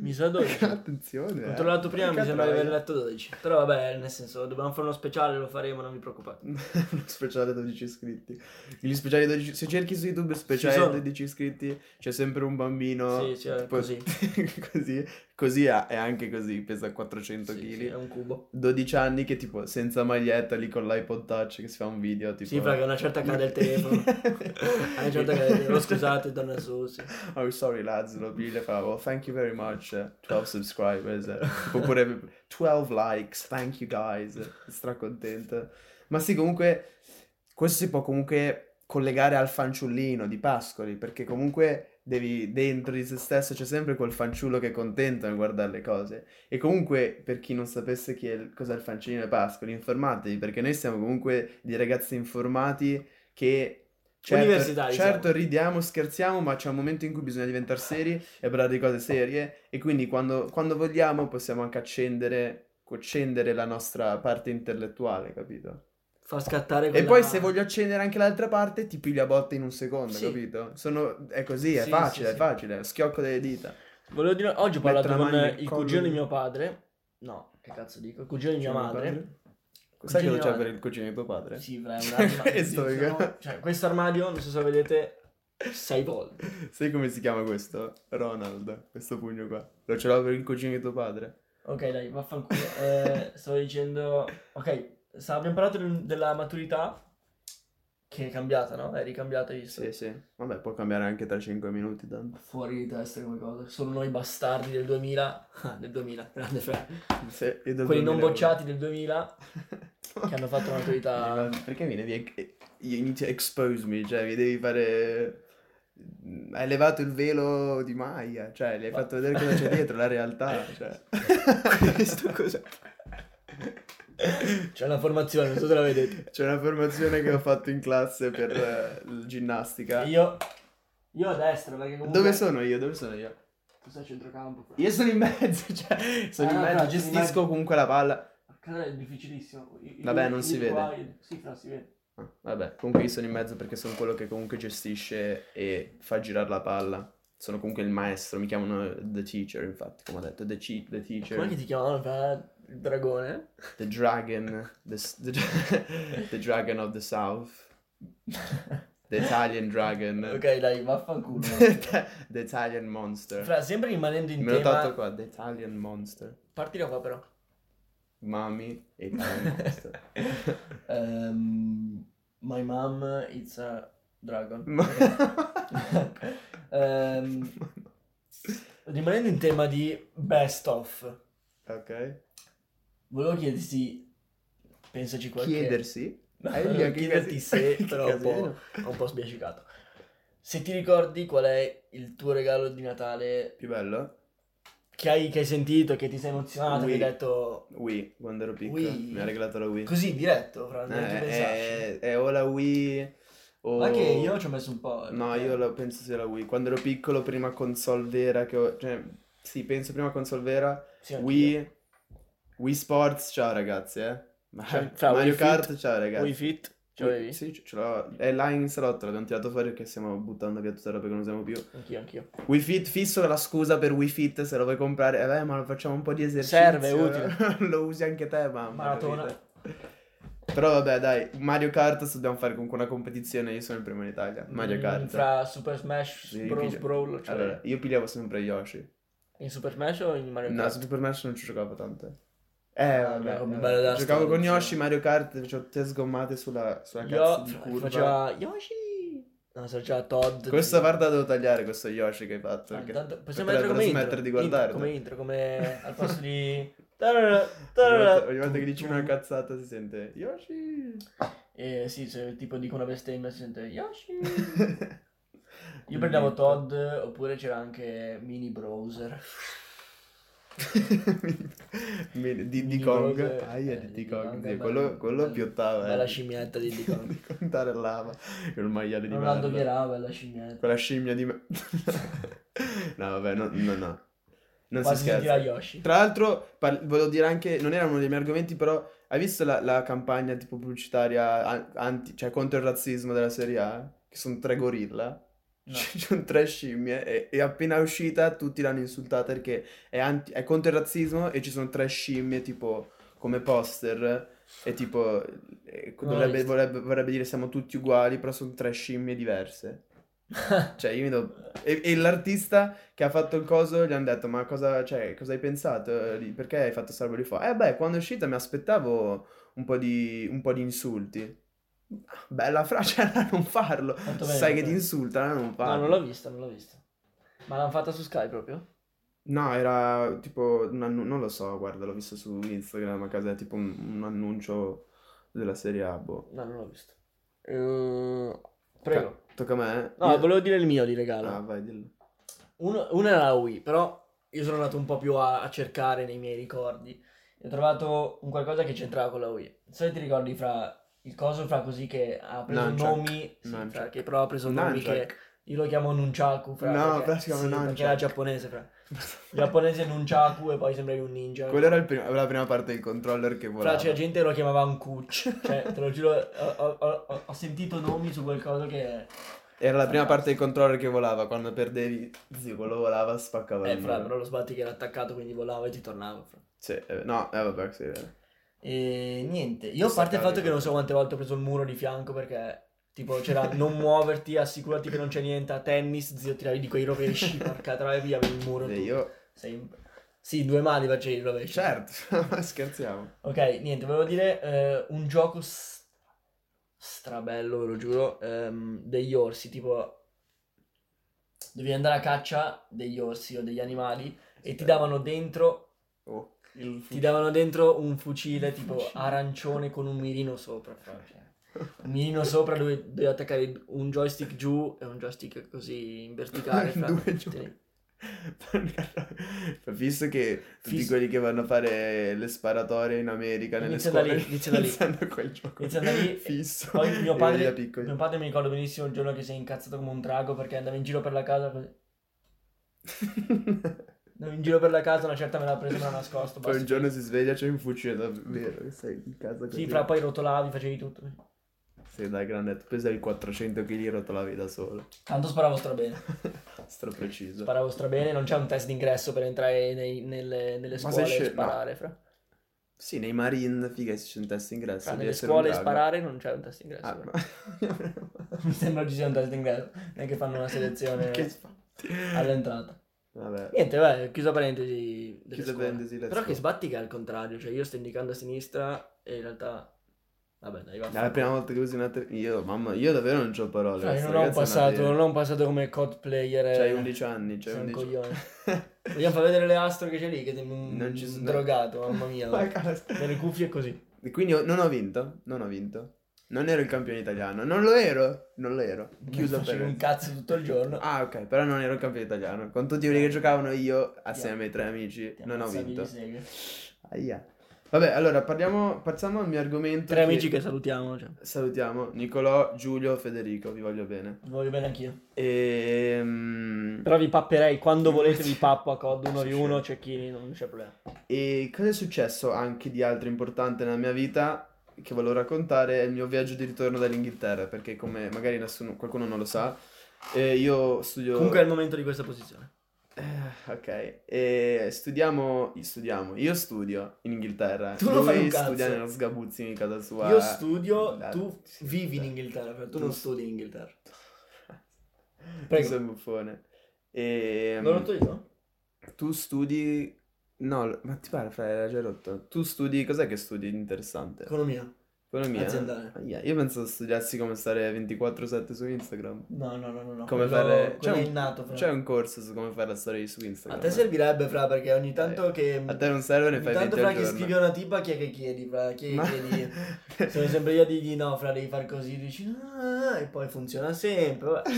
Mi sa 12.
Attenzione, *laughs* eh.
Controllato prima, mi
Porca
sembra di aver
troia.
letto 12. Però vabbè, nel senso, dobbiamo fare uno speciale, lo faremo, non vi preoccupate.
*laughs* Uno speciale 12 iscritti. Gli speciali 12... Se cerchi su YouTube
Ci
speciale
sono.
12 iscritti, c'è sempre un bambino...
Sì, sì, è
tipo-
così.
*laughs* così. Così è è anche così, pesa 400 kg.
Sì, sì, è un cubo.
12 anni che tipo senza maglietta lì con l'iPod Touch che si fa un video tipo...
Sì, fra che a una certa cade
*laughs*
il telefono. A una certa cade il telefono. Oh, Scusate, donna Susi.
*laughs* Oh, sorry lads, lo piglia e fa, well, thank you very much, eh, 12 subscribers, eh." oppure 12 likes, thank you guys, stracontento. Ma sì, comunque, questo si può comunque collegare al fanciullino di Pascoli, perché comunque devi, dentro di se stesso c'è sempre quel fanciullo che è contento nel guardare le cose. E comunque, per chi non sapesse chi è il- cos'è il fanciullino di Pascoli, informatevi, perché noi siamo comunque dei ragazzi informati che... Certo,
Universitari
certo
siamo.
ridiamo, scherziamo, ma c'è un momento in cui bisogna diventare seri e parlare di cose serie. E quindi quando, quando vogliamo possiamo anche accendere, accendere la nostra parte intellettuale, capito?
Fa scattare
E
quella...
poi se voglio accendere anche l'altra parte, ti piglio a botte in un secondo,
Sì.
capito? Sono- è così, è
Sì,
facile,
sì,
è
sì.
facile. Schiocco delle dita.
Volevo dire... Oggi
Metto
ho parlato
la
con
mano nel
eh, il
collo.
cugino di mio padre. No, che cazzo dico? Il cugino di mia
Cugino di
madre.
padre? Sai cosa
Cugino di
c'è
madre.
per il cugino di tuo padre?
Sì, fra, è un
*laughs*
armadio.
Questo,
Sì,
raga.
sono- Cioè, questo armadio, non so se vedete, sei volte.
Sai come si chiama questo? Ronald, questo pugno qua. Lo ce l'ho per il cugino di tuo padre.
Ok, dai, vaffanculo. Eh, stavo dicendo... Ok, sa- abbiamo parlato di- della maturità, che è cambiata, no? È ricambiata, hai visto?
Sì, sì. Vabbè, può cambiare anche tra 5 minuti tanto.
Fuori di testa come cosa. Solo noi bastardi del 2000... *laughs* ah, del 2000, grande fra.
Se- e del
*laughs* Quelli non
2001. *laughs*
bocciati del 2000 che hanno fatto la maturità...
eh, Perché mi devi ex- you need to expose me, cioè mi devi fare hai levato il velo di Maya, cioè, gli hai
Ma-
fatto vedere cosa
*laughs*
c'è dietro, la realtà, cioè. Questo cos'è?
C'è una formazione, Cioè, non so se la vedete.
C'è una formazione che ho fatto in classe per eh, l- ginnastica.
*laughs* Io, io a destra, perché comunque...
Dove sono io? Dove sono io?
Tu sei a centrocampo. però.
Io sono in mezzo, *laughs* cioè, sono
Ah,
in mezzo,
no, no, sono in
gestisco
mezzo.
comunque la palla.
Allora è difficilissimo. Io- io-
Vabbè, non
io
si
di qua-
vede.
io- Sì, però si vede.
Ah, Vabbè, comunque io sono in mezzo perché sono quello che comunque gestisce e fa girare la palla. Sono comunque il maestro, mi chiamano The Teacher, infatti, come ho detto, The, chi- the
Come che
Teacher,
ti chiamavano per il dragone?
The Dragon, the, s- the, *laughs* the Dragon of the South, The Italian Dragon,
*laughs* ok, dai, vaffanculo. *laughs*
The Italian Monster.
Fra, sempre rimanendo in
Me l'ho
tema...
tolto qua, The Italian Monster.
Parti da qua però.
Mami e Italian Monster.
*laughs* Ehm, my mom it's a dragon.
*laughs* Ma-
*laughs* Ehm, rimanendo in tema di best of,
ok.
volevo chiederti, pensaci qualche... *laughs*
Chiedersi.
No,
Eh,
no,
che
chiederti
casi- *laughs*
se,
che
però un
casino.
po', un po' sbiacicato. Se ti ricordi qual è il tuo regalo di Natale
Più bello?
che hai, che hai sentito, che ti sei emozionato, che
Wii.
hai detto...
Wii, quando ero piccolo.
Wii.
Mi ha regalato la Wii.
Così, diretto, fra,
Eh,
non ci pensarci.
è, è o la Wii o...
Ma che io ci ho messo un po'. eh,
No,
perché-
io la- penso sia la Wii. Quando ero piccolo, prima console vera che ho... Cioè, sì, penso prima console vera.
Sì, anch'io.
Wii... Wii Sports, ciao ragazzi, eh. Ma-
Cioè, fra
Mario
Wii
Kart,
Fit-
ciao ragazzi.
Wii Fit, ce
Wii-
l'avevi?
Sì, ce l'ho. È là in salotto, l'abbiamo tirato fuori perché stiamo buttando via tutta la roba che non usiamo più.
Anch'io, anch'io.
Wii Fit, fisso la scusa per Wii Fit se lo vuoi comprare. Eh beh, ma facciamo un po' di esercizio.
Serve, è
*laughs*
utile.
lo usi anche te, mamma.
Maratona.
capito? Però vabbè, dai, Mario Kart se dobbiamo fare comunque una competizione, io sono il primo in Italia. Mario
Mm,
Kart.
Fra Super Smash
Sì,
Bros.
piglia-
Brawl, cioè
Allora, io pigliavo sempre Yoshi.
in Super Smash o in Mario
No,
Kart? Ah,
su Super Smash non ci giocavo tanto. Eh, vabbè.
no, come
eh,
bella da
Giocavo con
storia,
Yoshi,
insomma.
Mario Kart, facevo tutte sgommate sulla, sulla cazzo
Io
di
fra-
curva.
faceva Yoshi. No, so già Todd.
Questa parte la devo tagliare, questo Yoshi che hai fatto.
Ah,
perché-
tanto- possiamo
per
mettere come intro,
smettere di guardarlo.
intro, come
*laughs*
intro, come al posto di
Ogni volta, ogni volta che dici una cazzata si sente Yoshi.
Eh sì, se tipo dico una bestemmia si sente
*laughs*
Yoshi. *laughs* Io prendevo Todd oppure c'era anche Mini Browser.
Mini- di di
Mini
Kong.
Kong,
Aia
eh,
Ah, di
di
Di Kong.
Kong,
zio,
bella-
quello, quello
bella-
piottava. eh.
bella
*laughs*
scimmietta di Di Kong.
di contare lava. Il maiale di
Ronaldo
merda.
Vierà, bella scimmietta.
Quella scimmia di me. *laughs* no, vabbè, no, no, no. Non si
Quasi sentirà
scherza.
Yoshi. *laughs*
Tra l'altro, par- volevo dire anche, non era uno dei miei argomenti, però hai visto la, la campagna tipo pubblicitaria an- anti- cioè, contro il razzismo della Serie A? Che sono tre gorilla?
No.
*laughs* Ci sono tre scimmie e, e appena uscita tutti l'hanno insultata perché è, anti- è contro il razzismo e ci sono tre scimmie tipo come poster e tipo eh,
Non l'ho
dovrebbe,
visto.
vorrebbe, vorrebbe dire siamo tutti uguali però sono tre scimmie diverse. Cioè io mi do... E, e l'artista che ha fatto il coso gli hanno detto ma cosa, cioè, cosa hai pensato? eh, di- Perché hai fatto salvo lì fa? Eh beh quando è uscita mi aspettavo un po' di, un po' di insulti. Bella *laughs* frase, allora non farlo.
Fatto bene,
Sai
fatto
che ti
bene.
insultano, non
No,
farlo.
non l'ho vista, non l'ho vista. Ma l'hanno fatta su Sky proprio?
No, era tipo un annu- non lo so, guarda, l'ho visto su Instagram a casa, era tipo un, un annuncio della serie A, boh.
No, non l'ho vista. Eh, prego.
Ca- tocca a me?
No,
Io-
volevo dire il mio di regalo.
Ah, vai, dillo.
Uno, uno era la Wii, però io sono andato un po' più a, a cercare nei miei ricordi. E ho trovato un qualcosa che c'entrava con la Wii. Se ti ricordi fra il coso fra così che ha preso
Nunchuck.
nomi, sì, fra,
Nunchuck.
che però ha preso nomi che
Nunchuck.
io lo chiamo Nunchaku, fra,
No,
perché,
fra, si chiama
sì, perché
Nunchuck.
era giapponese, fra.
*laughs*
Giapponese Nunchaku e poi sembravi un ninja.
Quella era il prima- la prima parte del controller che
Fra
volava.
c'è gente che lo chiamava un cuccio, cioè te lo giuro, ho, ho- ho- ho sentito nomi su qualcosa che... Eh,
Era la prima parte del controller che volava, quando perdevi, zio, quello volava, spaccava
Eh
il
fra,
muro.
però lo sbatti che era attaccato quindi volava e ti tornava fra.
Sì, eh, no, eh, vabbè, sì, è vero.
E niente, io a
Questa
parte il fatto
carica.
che non so quante volte ho preso il muro di fianco perché tipo c'era non muoverti, assicurati che non c'è niente a tennis, zio tiravi di
*laughs*
quei rovesci, porca troia via per il muro.
E
tu.
io,
Sei- Sì, due mani facevi il rovescio.
certo, *laughs* ma scherziamo.
Ok, niente, volevo dire eh, un gioco s- strabello, ve lo giuro, ehm, degli orsi, tipo dovevi andare a caccia degli orsi o degli animali e ti davano dentro,
Oh, il *laughs*
ti davano dentro un fucile tipo
Fucile.
arancione con un mirino sopra. fra, cioè. un mirino sopra dove devi attaccare un joystick giù e un joystick così in verticale.
*laughs*
fra-
Due giù.
Tieni.
Visto che tutti
Fisso.
quelli che vanno a fare le sparatorie in America nelle
Inizia da
scuole
lì,
*laughs*
inizia da lì.
iniziano quel gioco
Inizia da lì,
fisso
Poi mio
e da
padre,
piccoli. *laughs*
mio padre mi ricordo benissimo il giorno che si è incazzato come un drago perché andava in giro per la casa così. Andavo in giro per la casa, una certa me l'ha presa e me l'ha nascosto.
Poi
basta.
un giorno si sveglia c'è un fucile davvero che sei in casa così.
Sì, fra poi rotolavi, facevi tutto.
Sei da grande, tu pesavi 400 kg e rotolavi da solo.
Tanto sparavo strabene.
Stra preciso.
*laughs* Sparavo strabene, non c'è un test d'ingresso per entrare nei- nelle, nelle
Ma
scuole
sei
e
scemo?
sparare, fra.
Sì, nei Marine, figa, c'è un test ingresso.
Fra,
devi
Ah, nelle
essere un
scuole e
drago.
sparare non c'è un test d'ingresso.
Ah,
fra.
ma-
*laughs* Mi sembra ci sia un test d'ingresso, non è che fanno una selezione
*laughs* Che sbatti.
all'entrata.
Vabbè.
Niente, vabbè, chiusa parentesi. delle
Chiusa
scuole.
parentesi, let's
Però
go.
che sbatti che è al contrario, cioè io sto indicando a sinistra e in realtà... Vabbè, dai, va.
È la prima volta che uso una te- Io, mamma, io davvero non ho parole.
Fra,
questa
io Cioè, non ho un
ragazza è una
passato,
vera.
non ho un passato come COD player. eh.
C'hai 11 anni, c'hai
sei
11
un coglione. Vogliamo far vedere le astro che c'è lì, che sembra
*laughs*
un
Non ci sono-
drogato, mamma mia.
Ma
guarda.
cazzo.
Nelle cuffie è così.
E Quindi ho- non ho vinto, non ho vinto. Non ero il campione italiano, non lo ero, non lo ero. Chiuso
Facevi
per...
un cazzo tutto il giorno.
Ah, ok, però non ero il campione italiano. Con tutti quelli che giocavano io, assieme ai tre amici,
Ti
non ho
ammazzavi
vinto.
di seghe.
Aia. Vabbè, allora parliamo, passiamo al mio argomento.
Tre amici che salutiamo, cioè.
Salutiamo Nicolò, Giulio, Federico, vi voglio bene.
Vi voglio bene anch'io.
Ehm,
Però vi papperei quando volete, vi pappo a COD 1v1, cecchini, non c'è problema.
E cosa è successo anche di altro importante nella mia vita che volevo raccontare è il mio viaggio di ritorno dall'Inghilterra, perché come magari nessuno- qualcuno non lo sa, eh, io studio...
Comunque è il momento di questa posizione.
Eh, Ok, e studiamo, studiamo, io studio in Inghilterra,
Tu non fai
lui
un cazzo.
studia nello sgabuzzino di casa sua.
Io studio,
La-
tu
sì,
vivi in
sì.
Inghilterra, però tu
Tu-
non studi in Inghilterra.
Tu
Prego.
sei un buffone. E,
L'ho rotto io?
tu studi... No, ma ti pare, fra, era già rotto. Tu studi, cos'è che studi di interessante?
Economia.
Economia?
Aziendale.
Ahia, eh. Ah, Io penso studiassi come stare 24-7 su Instagram.
No, no, no, no. no.
Come
quello,
fare...
quello
C'è
è
un,
innato, fra.
c'è un corso su come fare la storia su
A
Instagram.
te
eh.
servirebbe, fra, perché ogni tanto che...
A te non serve, ne
ogni
fai
tanto,
20
fra,
al
che
giorno.
scrivi una tipa, chi è che chiedi, fra? Chi è che
Ma- *laughs*
chiedi? Sono sempre io a dirgli no, fra, devi far così, dici "Ah", e poi funziona sempre, vabbè.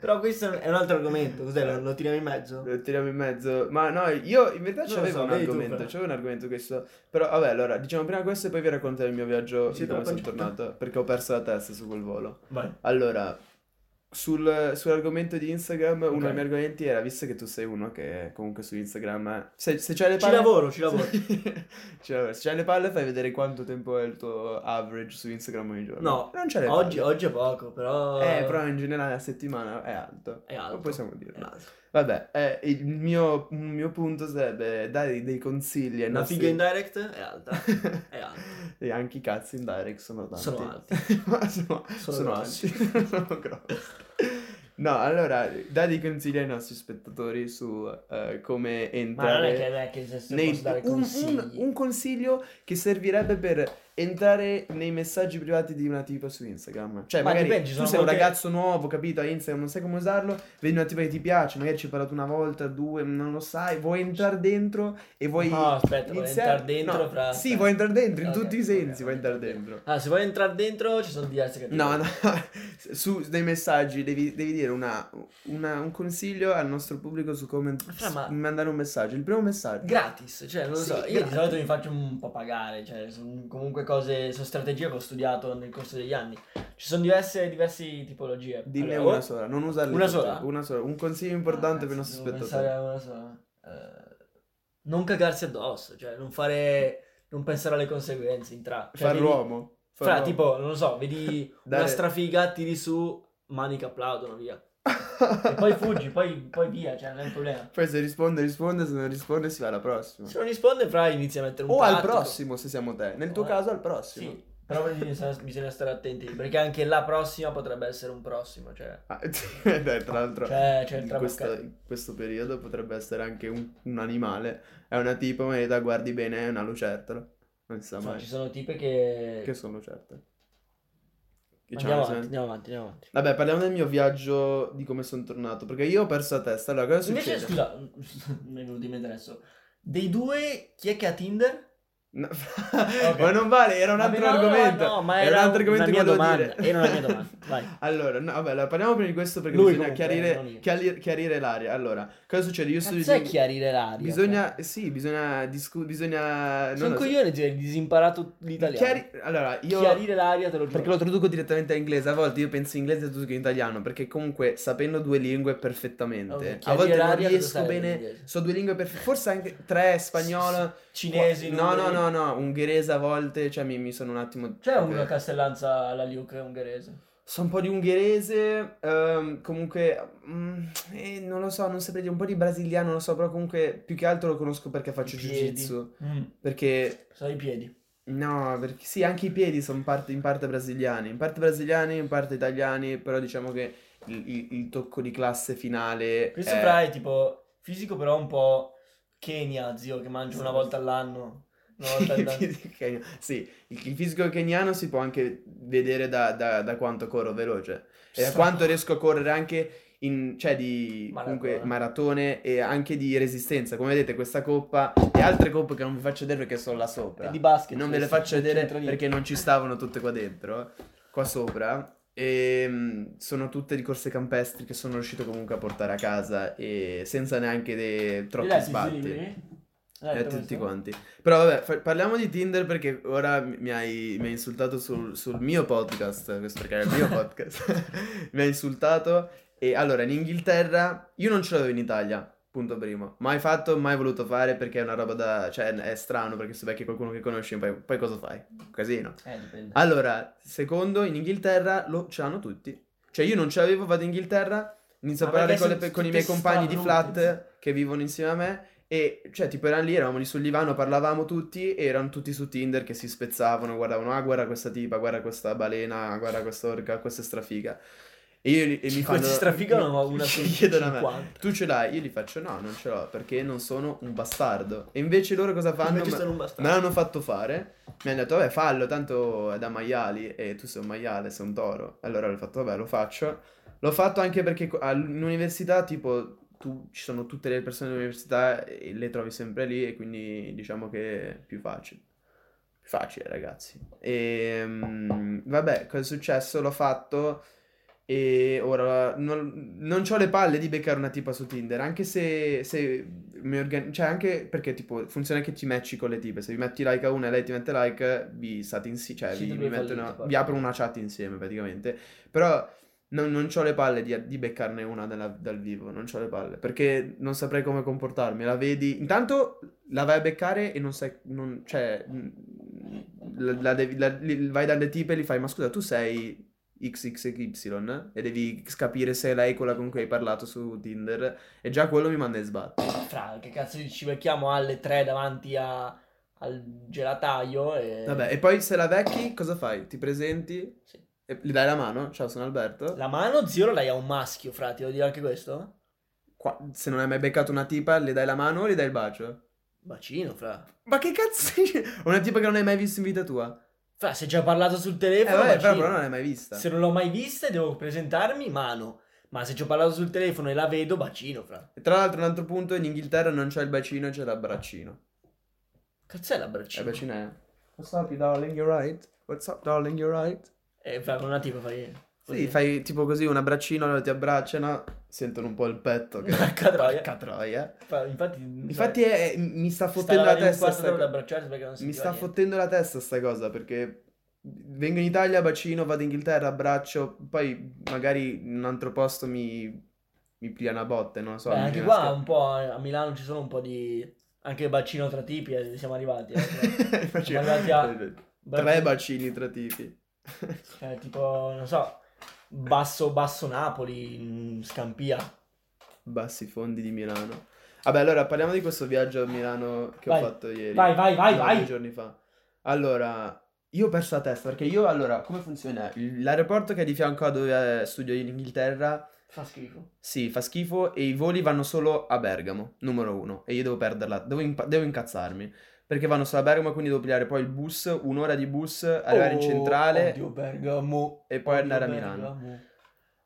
Però questo è un altro argomento, cos'è? Lo, lo tiriamo in mezzo?
Lo tiriamo in mezzo. Ma no, io in verità
Non lo
c'avevo
so,
un
vedi tu,
argomento.
però.
C'avevo un argomento questo. Però vabbè, allora, diciamo prima questo e poi vi racconto il mio viaggio
Sì,
di come
però
sono
poi-
tornato. Perché ho perso la testa su quel volo.
Vai.
Allora, sul- sull'argomento di Instagram, uno
Ok.
dei miei argomenti era, visto che tu sei uno che comunque su Instagram... Se, se c'hai le
Ci
palle...
lavoro, ci lavoro.
*laughs* Ci lavoro. Se c'hai le palle fai vedere quanto tempo è il tuo average su Instagram ogni giorno.
No,
non c'è le palle.
Oggi, oggi è poco, però...
Eh, però in generale a settimana è alto.
È alto. Eh.
Lo possiamo dire.
È alto.
Vabbè, eh, il mio, il mio punto sarebbe dare dei consigli ai
Una
nostri...
figa in direct è alta.
*laughs*
È alta.
e anche i cazzi in direct sono tanti.
Sono alti.
Ma *laughs* sono,
Sono
sono
grossi.
alti. *laughs* sono grossi. No, allora, dai dei consigli ai nostri spettatori su eh, come
Ma non è che,
entrare...
non è che se, se
nei-
posso dare
un- un-
consigli.
un consiglio che servirebbe per entrare nei messaggi privati di una tipa su Instagram. Cioè,
Ma
magari
dipende, ci
tu
sono
sei un
molte-
ragazzo nuovo, capito, a Instagram, non sai come usarlo, vedi una tipa che ti piace, magari ci hai parlato una volta, due, non lo sai, vuoi entrare dentro e vuoi
No, aspetta, vuoi
iniziare-
entrare dentro
no,
fra-
Sì, vuoi entrare dentro in
Ok,
tutti i
ok,
sensi,
ok.
vuoi entrare dentro.
Ah, se vuoi entrare dentro ci sono diverse categorie.
No, *laughs* no, su dei messaggi devi, devi dire una- una- un consiglio al nostro pubblico su come
Fra, ma-
mandare un messaggio. Il primo messaggio.
Gratis, cioè non lo
Sì,
so, io
gratis.
di solito mi faccio un po' pagare, cioè sono comunque cose, sono strategie che ho studiato nel corso degli anni. Ci sono diverse, diverse tipologie.
Dimmi
Allora,
una
o-
sola, non usarle
Una
tutte,
sola?
una sola. Un consiglio importante
Ah,
per i nostri
cazzo, devo
spettatori.
pensare a una sola. Eh, non cagarsi addosso, cioè non fare, non pensare alle conseguenze, intra... cioè,
Far
vedi-
l'uomo. far
Fra,
l'uomo.
tipo, non lo so, vedi
*laughs* Dare-
una strafiga, tiri su, mani che applaudono, via. E poi fuggi, poi, poi via, cioè non è
*laughs*
un problema.
Poi se risponde, risponde, se non risponde si va alla prossima.
Se non risponde, fra inizia a mettere un
O al
tattico.
prossimo, se siamo te. Nel tuo
Oh, eh.
caso al prossimo.
Sì, però bisogna, bisogna stare attenti, perché anche la prossima potrebbe essere un prossimo, cioè...
Ah, *laughs* dai, tra l'altro,
Cioè, c'è il
in, questo,
trabocchetto.
in questo periodo potrebbe essere anche un, un animale. È una tipo, ma la guardi bene, è una lucertola. Non si sa
Insomma,
mai.
ci sono tipi che...
Che sono lucerte. Che c'hanno-
Andiamo avanti, andiamo avanti, andiamo avanti.
Vabbè, parliamo del mio viaggio, di come sono tornato. Perché io ho perso la testa. Allora, cosa
Invece,
succede?
*laughs* scusa, mi è venuto in mente adesso. Dei due, chi è che ha Tinder?
No, *laughs* ma non vale, era un
Vabbè,
altro
no, no,
argomento.
no, ma
era,
era
un altro
una
argomento che
mia
volevo
domanda,
dire. *laughs*
era una mia domanda, vai.
Allora, no, vabbè, allora, parliamo prima di questo perché
Lui
bisogna
comunque,
chiarire,
eh, non io.
chiali- chiarire l'aria. Allora, cosa succede? Io studio
Cazzo è
di-
chiarire l'aria? Cioè,
Bisogna, sì, bisogna, discu- bisogna,
Sono
non
un
lo so.
coglione di aver disimparato l'italiano.
Chiari- allora, io...
Chiarire l'aria te lo giuro.
Perché lo traduco direttamente all'inglese, a volte io penso in inglese e traduco in italiano, perché comunque sapendo due lingue perfettamente,
Ok,
a
chiarire
volte non
l'aria cosa
riesco
sarebbe in
bene,
inglese?
so due lingue perfette, forse anche tre, spagnolo,
Cinesi.
no, no,
ungheresi.
no, no, ungherese a volte, cioè mi, mi sono un attimo...
C'è
ok.
una castellanza alla Luke ungherese.
So un po' di ungherese, ehm, comunque, mm, eh, non lo so, non saprei dire, un po' di brasiliano, non lo so, però comunque più che altro lo conosco perché faccio
I piedi.
jiu-jitsu,
Mm.
perché...
Sono i piedi.
No, perché sì, anche i piedi sono parte- in parte brasiliani, in parte brasiliani, in parte italiani, però diciamo che il, il- il tocco di classe finale
Questo
è... *laughs*
fra è tipo fisico però un po' Kenya, zio, che mangia una
Sì.
volta all'anno. Una
*laughs*
volta
il
all'anno.
fisico keniano. Sì, il, il fisico keniano si può anche vedere da, da- da quanto corro veloce e da
Strano.
quanto riesco a correre anche in, cioè di comunque
Maratona.
maratone e anche di resistenza. Come vedete questa coppa e altre coppe che non vi faccio vedere perché sono là sopra.
È di basket.
non ve le
questo,
faccio vedere
c'entra niente.
perché non ci stavano tutte qua dentro, qua sopra. E mh, sono tutte di corse campestri che sono riuscito comunque a portare a casa e senza neanche de-
Hai
troppi
letto i
sbatti.
libri? Hai
Eh,
letto
tutti
questo?
quanti. Però vabbè, fa- parliamo di Tinder perché ora mi mi hai, mi hai insultato sul, sul mio podcast, questo perché era il mio podcast. *laughs* mi hai insultato e allora in Inghilterra io non ce l'avevo in Italia, punto primo. Mai fatto, mai voluto fare perché è una roba da... cioè è strano perché se becchi qualcuno che conosci poi, poi cosa fai? Casino.
Eh,
Ah,
dipende.
Allora, secondo, in Inghilterra lo ce l'hanno tutti. Cioè io non ce l'avevo, vado in Inghilterra, inizio a
Ma
parlare
perché
con, le pe- con i
sono tutte
miei compagni di
strabrute,
flat che vivono insieme a me e cioè tipo erano lì, eravamo lì sul divano, parlavamo tutti e erano tutti su Tinder che si spezzavano, guardavano, ah guarda questa tipa, guarda questa balena, ah, guarda quest'orca, questa è strafiga. E io li- e mi fanno...
Cioè, Questi
*laughs*
strafigano una su
mi chiedono a me,
50.
tu ce l'hai? Io gli faccio no, non ce l'ho perché non sono un bastardo. E invece loro cosa fanno?
Invece
Ma-
sono un
Me
bastardo.
l'hanno fatto fare, mi hanno detto, vabbè, fallo, tanto è da maiali e tu sei un maiale, sei un toro. Allora ho fatto, vabbè, lo faccio. L'ho fatto anche perché co- all'università, tipo, tu, ci sono tutte le persone dell'università e le trovi sempre lì e quindi diciamo che è più facile. Più facile, ragazzi. E, vabbè, cosa è successo? L'ho fatto e ora non, non ho le palle di beccare una tipa su Tinder, anche se, se mi organi- cioè anche perché tipo funziona che ti matchi con le tipe, se vi metti like a una e lei ti mette like, vi state insi- cioè
Siete
vi,
due
vi mettono-
falliti, poi.
vi aprono una chat insieme praticamente, però non, non ho le palle di, di beccarne una dalla- dal vivo, non ho le palle, perché non saprei come comportarmi, la vedi, intanto la vai a beccare e non sai, non, cioè, mh, la, la devi- la- li- vai dalle tipe e gli fai, ma scusa, tu sei... XXY e devi capire se è lei quella con cui hai parlato su Tinder e già quello mi manda in sbatto.
Fra, che cazzo ci becchiamo alle 3 davanti a- al gelataio e...
Vabbè, e poi se la vecchi cosa fai? Ti presenti?
Eh. Sì.
E gli dai la mano? Ciao, sono Alberto.
La mano, zio, la dai a un maschio, fra, ti devo dire anche questo?
Qua- se non hai mai beccato una tipa, le dai la mano o le dai il bacio?
Bacino, fra.
Ma che cazzo? una tipa che non hai mai visto in vita tua?
Fra, se ci hai parlato sul
Eh,
telefono,
vabbè, però,
bacino.
però non l'hai mai vista.
Se non l'ho mai vista e devo presentarmi, mano. Ma se ci ho parlato sul telefono e la vedo, bacino, fra.
E tra l'altro, un altro punto, in Inghilterra non c'è il bacino, c'è l'abbraccino.
Cazzo è la
Il
braccina?
Eh, bacino è... What's up, you darling, you're right? What's up, darling, you're right?
Eh, fra, con una tipa fai...
Sì,
*laughs*
fai tipo così un abbraccino, loro ti abbracciano, sentono un po' il petto. Che...
Porca troia.
Porca troia. Cioè,
Fa- infatti... non so,
Infatti è- è- mi sta
stare
fottendo la
lì un
testa
quarto
sta
d'ora ad
co-
abbracciarsi perché non si
Mi
sentiva
sta
niente.
fottendo la testa sta cosa perché vengo in Italia, bacino, vado in Inghilterra, abbraccio, poi magari in un altro posto mi, mi piglia una botte, non lo so.
Beh,
mi
anche
viene una
qua un po' eh, a Milano ci sono un po' di... Anche bacino tra tipi, eh, siamo arrivati. eh.
*laughs* schiaff- Faccio-
Siamo andati a-
Tre bacini tra tipi. *laughs*
Eh, tipo, non so, basso, basso Napoli, mm, Scampia.
Bassi fondi di Milano. Vabbè, allora parliamo di questo viaggio a Milano che
Vai.
ho fatto ieri.
Vai, vai, vai,
No, due
vai.
giorni fa. Allora, io ho perso la testa perché io, allora, come funziona? Il- L'aeroporto che è di fianco a dove eh, studio in Inghilterra,
Fa schifo.
sì, fa schifo e i voli vanno solo a Bergamo, numero uno. E io devo perderla, devo, impa- devo incazzarmi. Perché vanno solo a Bergamo, quindi devo pigliare poi il bus, un'ora di bus, arrivare in centrale
Oh, Oddio, Bergamo.
e poi
Oddio,
andare a Milano.
Bergamo.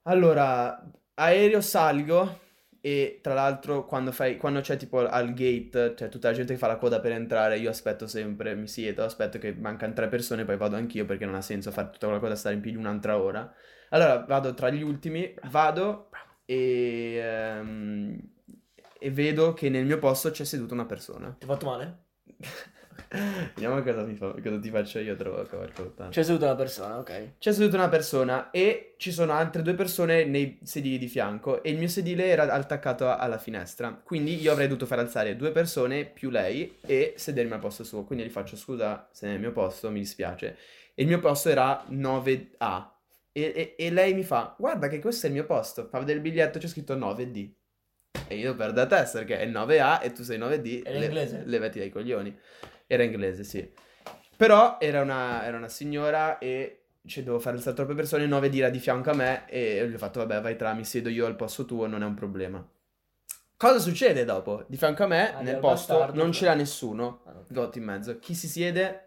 Allora, aereo salgo E tra l'altro, quando fai, quando c'è tipo al gate, cioè tutta la gente che fa la coda per entrare, io aspetto sempre, mi siedo, aspetto che mancano tre persone, poi vado anch'io perché non ha senso fare tutta quella cosa, stare in piedi un'altra ora. Allora vado tra gli ultimi, vado e, ehm, e vedo che nel mio posto c'è seduta una persona. *laughs*
Ti ho fatto male?
Vediamo cosa, mi fa- cosa ti faccio io tra poco, porca puttana.
C'è seduta una persona, ok.
C'è seduta una persona e ci sono altre due persone nei sedili di fianco e il mio sedile era attaccato a- alla finestra. Quindi io avrei dovuto far alzare due persone più lei e sedermi al posto suo. Quindi gli faccio scusa se è il mio posto, mi dispiace. E il mio posto era 9A. E, e- e lei mi fa, guarda che questo è il mio posto. Fa vedere il biglietto, c'è scritto 9D. E io perdo la testa perché è 9A e tu sei 9D.
Era inglese?
Levati dai coglioni. Era inglese, sì. Però era una, era una signora e cioè, devo fare alzare troppe persone, 9 di là di fianco a me e gli ho fatto vabbè vai tra, mi siedo io al posto tuo, non è un problema. Cosa succede dopo? Di fianco a me,
Ah,
nel
del
posto,
bastardo,
non
cioè.
ce l'ha nessuno,
Ah, no.
Gotti in mezzo. Chi si siede?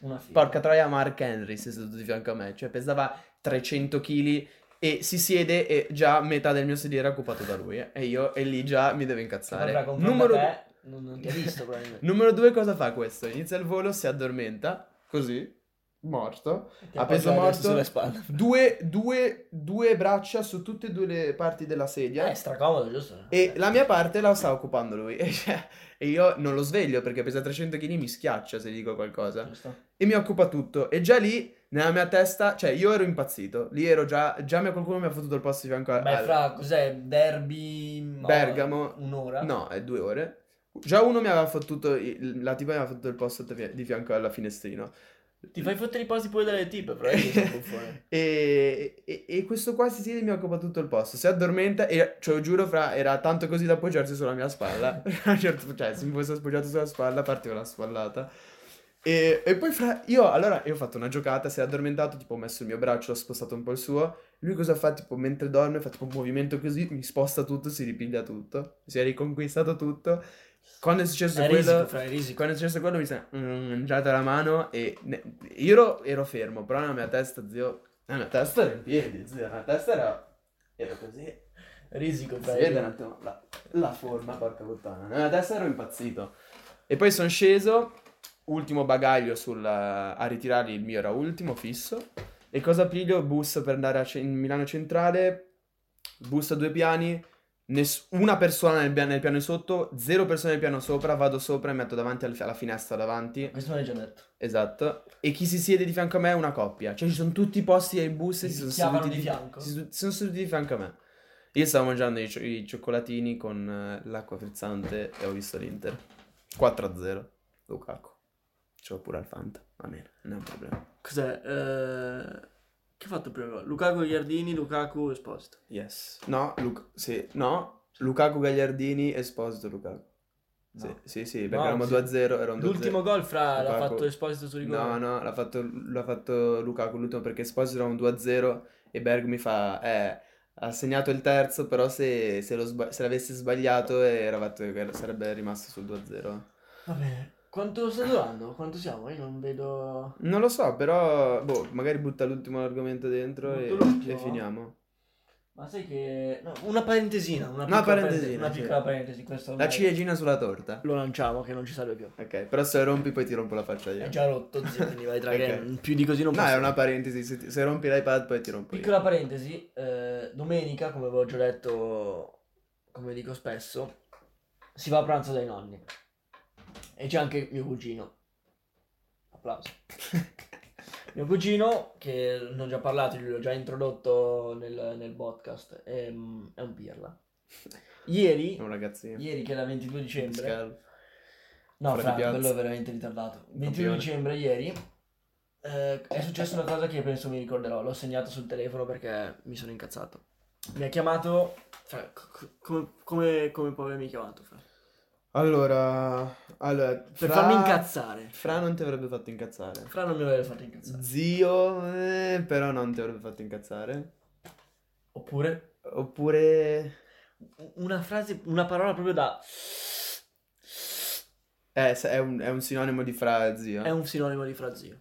Una figa.
Porca troia, Mark Henry si è seduto di fianco a me, cioè pesava 300 kg e si siede e già metà del mio sedile era occupato da lui eh. e io e lì già mi devo incazzare.
Vabbè, confronto
Numero
a te, non, non ti ha visto
*laughs*
probabilmente.
Numero due cosa fa questo? Inizia il volo, si addormenta, così, morto.
Ti
ha peso
appoggia
morto.
sulle spalle.
Due, due, due braccia su tutte e due le parti della sedia.
Eh, stracomodo, giusto? Eh,
E la mia parte la sta occupando lui. *laughs* E, cioè, e io non lo sveglio perché pesa 300 kg, mi schiaccia se gli dico qualcosa.
Giusto.
E mi occupa tutto. E già lì, nella mia testa, cioè io ero impazzito. Lì ero già, già mi- qualcuno mi ha fottuto il posto di fianco a...
Ma è
al-
fra, cos'è, Derby... no,
Bergamo.
Un'ora?
No, è due ore. Già uno mi aveva fottuto, il- la tipa mi aveva fottuto il posto di fianco alla finestrino.
Ti fai fottere i posti pure dalle tipe, però
*laughs*
io sono buffone.
E, e- e questo qua si siede e mi occupa tutto il posto. Si addormenta e ce lo giuro, fra, era tanto così da appoggiarsi sulla mia
*laughs*
spalla. *laughs* A un certo- cioè, se mi fosse appoggiato sulla spalla, partiva la spallata. E, e poi, fra, io allora io ho fatto una giocata. Si è addormentato, tipo, ho messo il mio braccio, ho spostato un po' il suo. Lui cosa fa? Tipo, mentre dorme, fa tipo un movimento così, mi sposta tutto, si ripiglia tutto. Si è riconquistato tutto. Quando è successo
È
quello.
risico, fra, è risico.
Quando è successo quello mi sono mangiata la mano e ne- io ero, ero fermo, però nella mia testa, zio, nella mia testa era in piedi, zio, nella mia testa era, era così.
Risico,
Si
fra,
vede un
risico.
attimo la, la forma, porca puttana. Nella mia testa ero impazzito. E poi sono sceso, ultimo bagaglio sulla, a ritirarli, il mio era ultimo, fisso. E cosa piglio? Bus per andare a Ce- in Milano Centrale, bus a due piani, ness- una persona nel, pia- nel piano di sotto, zero persone nel piano sopra, vado sopra e metto davanti al- alla finestra davanti.
Questo me l'hai già detto.
Esatto. E chi si siede di fianco a me è una coppia. Cioè, ci sono tutti i posti ai bus e
Ti
si sono
picchiavano
seduti
di fianco?
Si, si sono seduti di fianco a me. Io stavo mangiando i, cio- i cioccolatini con eh, l'acqua frizzante e ho visto l'Inter. 4-0. Lukaku. C'ho pure al Fanta. Va bene, non è un problema.
Cos'è? Eh, Che ha fatto prima? Lukaku Ghiardini, Lukaku Esposito.
Yes. No, Luc- sì, no. Lukaku Gagliardini, Esposito Lukaku. Sì,
No.
sì, sì, perché
No,
eravamo
sì.
2-0, era un 2-0.
L'ultimo gol fra l'ha
Lukaku.
fatto Esposito su rigore.
No, no, l'ha fatto, l'ha fatto Lukaku l'ultimo perché Esposito era un 2-0 e Berg mi fa, eh, ha segnato il terzo, però se, se lo sba- se l'avessi sbagliato eh, eravate- sarebbe rimasto sul 2-0.
Va bene. Quanto sta durando? Quanto siamo? Io non vedo...
Non lo so, però, boh, magari butta l'ultimo argomento dentro e,
Butto l'ultimo,
e
eh?
finiamo.
Ma sai che... no, una parentesina. Una,
Una
piccola
parentesina,
parentesi- Una
sì.
piccola parentesi. Questo
La
ormai
ciliegina sulla torta.
Lo lanciamo che non ci serve più.
Ok, però se lo rompi poi ti rompo la faccia io.
È Eh, già rotto, zio, quindi vai tra
*laughs*
che
Ok.
più di così non
No,
posso.
è una parentesi, se, ti- se rompi l'iPad poi ti rompo io. *laughs*
Piccola parentesi, eh, domenica, come avevo già detto, come dico spesso, si va a pranzo dai nonni. E c'è anche mio cugino. Applauso. Mio cugino, che non ho già parlato, lui l'ho già introdotto nel, nel podcast, ehm, è, un pirla. Ieri,
È un ragazzino.
ieri che era 22 dicembre,
Pascal.
No,
Fra
fra,
di Piazza.
quello è veramente ritardato. 21
Campione.
dicembre, ieri, eh, è successa una cosa che penso mi ricorderò. L'ho segnato sul telefono perché mi sono incazzato. Mi ha chiamato. fra, co- co- come, come, come può avermi chiamato? Fra?
Allora, allora,
Per
Fra-
farmi incazzare.
Fra non ti avrebbe fatto incazzare.
Fra non mi aveva fatto incazzare.
Zio, eh, però non ti avrebbe fatto incazzare.
Oppure
Oppure...
una frase, una parola proprio da.
Eh, se- è un, è un sinonimo di fra zio.
È un sinonimo di fra zio.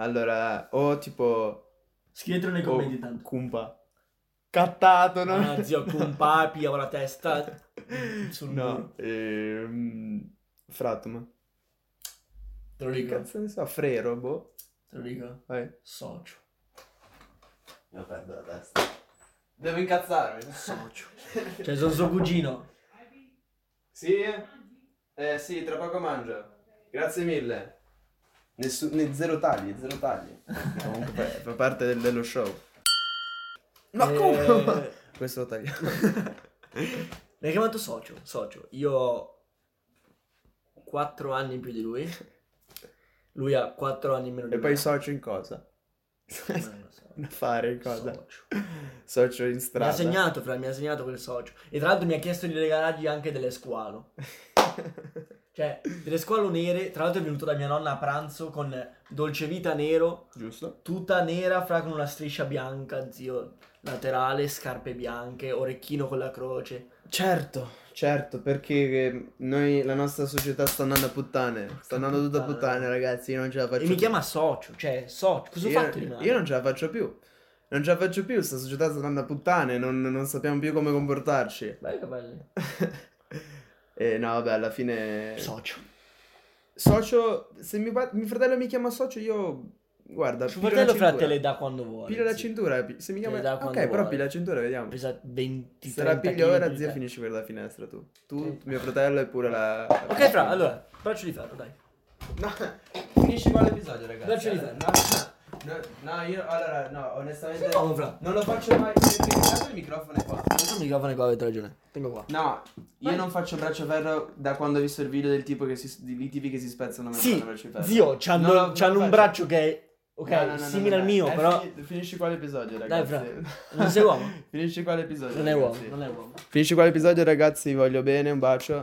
Allora, o tipo...
Scrivetelo nei
O
commenti tanto.
cumpa. cattato, no?
Ah,
*laughs*
zio, con papi, ho la testa sul
No,
muro.
ehm, Fratuma.
Te lo
Che
dico,
cazzo ne so, Frero, boh.
te lo dico.
Vai.
Socio,
Io perdo la testa. Devo incazzarmi.
socio. Cioè, sono suo cugino.
Sì? Eh sì, tra poco mangio. Grazie mille. Nessu- ne- zero tagli, zero
*laughs*
tagli. Comunque fa, fa parte del- dello show. Ma
Eh,
come? Questo lo tagliamo.
L'hai chiamato socio, socio. Io ho 4 anni in più di lui. Lui ha 4 anni in meno di
e
me.
poi socio in
*laughs*
cosa? *laughs*
Non lo so.
Un affare in cosa?
Socio.
Socio in
Mi ha
strada.
segnato, fra, mi ha segnato quel socio. E tra l'altro mi ha chiesto di regalargli anche delle squalo. Cioè, delle squalo nere. Tra l'altro è venuto da mia nonna a pranzo con dolce vita nero,
*laughs* Giusto?
tuta nera, fra con una striscia bianca, zio, laterale, scarpe bianche, orecchino con la croce.
Certo, certo, perché eh, noi, la nostra società sta andando a puttane. Sta andando tutto a
puttana.
puttane, ragazzi. Io non ce la faccio
e mi
più.
chiama socio, cioè, socio. Cosa ho
io,
fatto di male?
io non ce la faccio più. Non ce la faccio più, sta società sta andando a puttane, non, non sappiamo più come
*laughs*
comportarci.
Belli capelli.
e no, vabbè, alla fine...
Socio.
socio, se mio, pa- mio fratello mi chiama socio, io... Guarda,
Suo
piglio la
fratello, fra,
cintura.
te le dà quando vuoi.
Piglio la
zio.
cintura, pi- se mi
Te le
chiama...
dà
Ok,
quando
però
vuole.
piglia la cintura, vediamo.
Pesa 20
Se la
30
piglio ora,
chili,
zia,
eh.
finisci per la finestra tu. Tu,
Ok.
mio fratello e pure la...
eh. Ok, fra, allora, braccio di ferro, dai.
No, finisci qua l'episodio, ragazzi.
Dacci di
Allora, no, no, no, io... Allora, no, onestamente...
No, fra.
Non lo faccio mai, perché intanto il microfono è qua.
Non mi microfono qua, avete ragione. Tengo qua.
No, io
Vai.
non faccio braccio a ferro da quando ho visto il video del tipo che si, di di tipi che si spezzano mentre
Sì,
fanno braccio a ferro.
zio, c'hanno,
No, no,
c'hanno
non faccio.
un braccio che è ok,
No, no, no, no,
simile
no,
al
no.
mio,
Eh,
però
fini- finisci qua l'episodio,
Dai,
ragazzi.
fra. non sei uomo.
*laughs* finisci qua l'episodio.
Non è uomo,
ragazzi.
non è uomo.
Finisci qua l'episodio, ragazzi. Vi voglio bene, un bacio.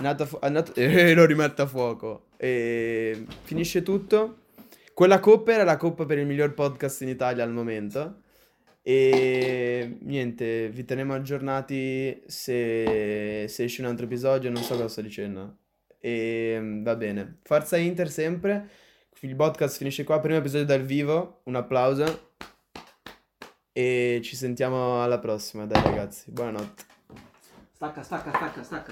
Nato a fu- a nato- *laughs* eh, lo rimetta a fuoco. E finisce tutto. Quella coppa era la coppa per il miglior podcast in Italia al momento. E niente, vi teniamo aggiornati se, se esce un altro episodio. Non so cosa sto dicendo. E mm, va bene. Forza Inter sempre. Il podcast finisce qua. Primo episodio dal vivo. Un applauso. E ci sentiamo alla prossima. Dai, ragazzi. Buonanotte.
Stacca, stacca, stacca, stacca.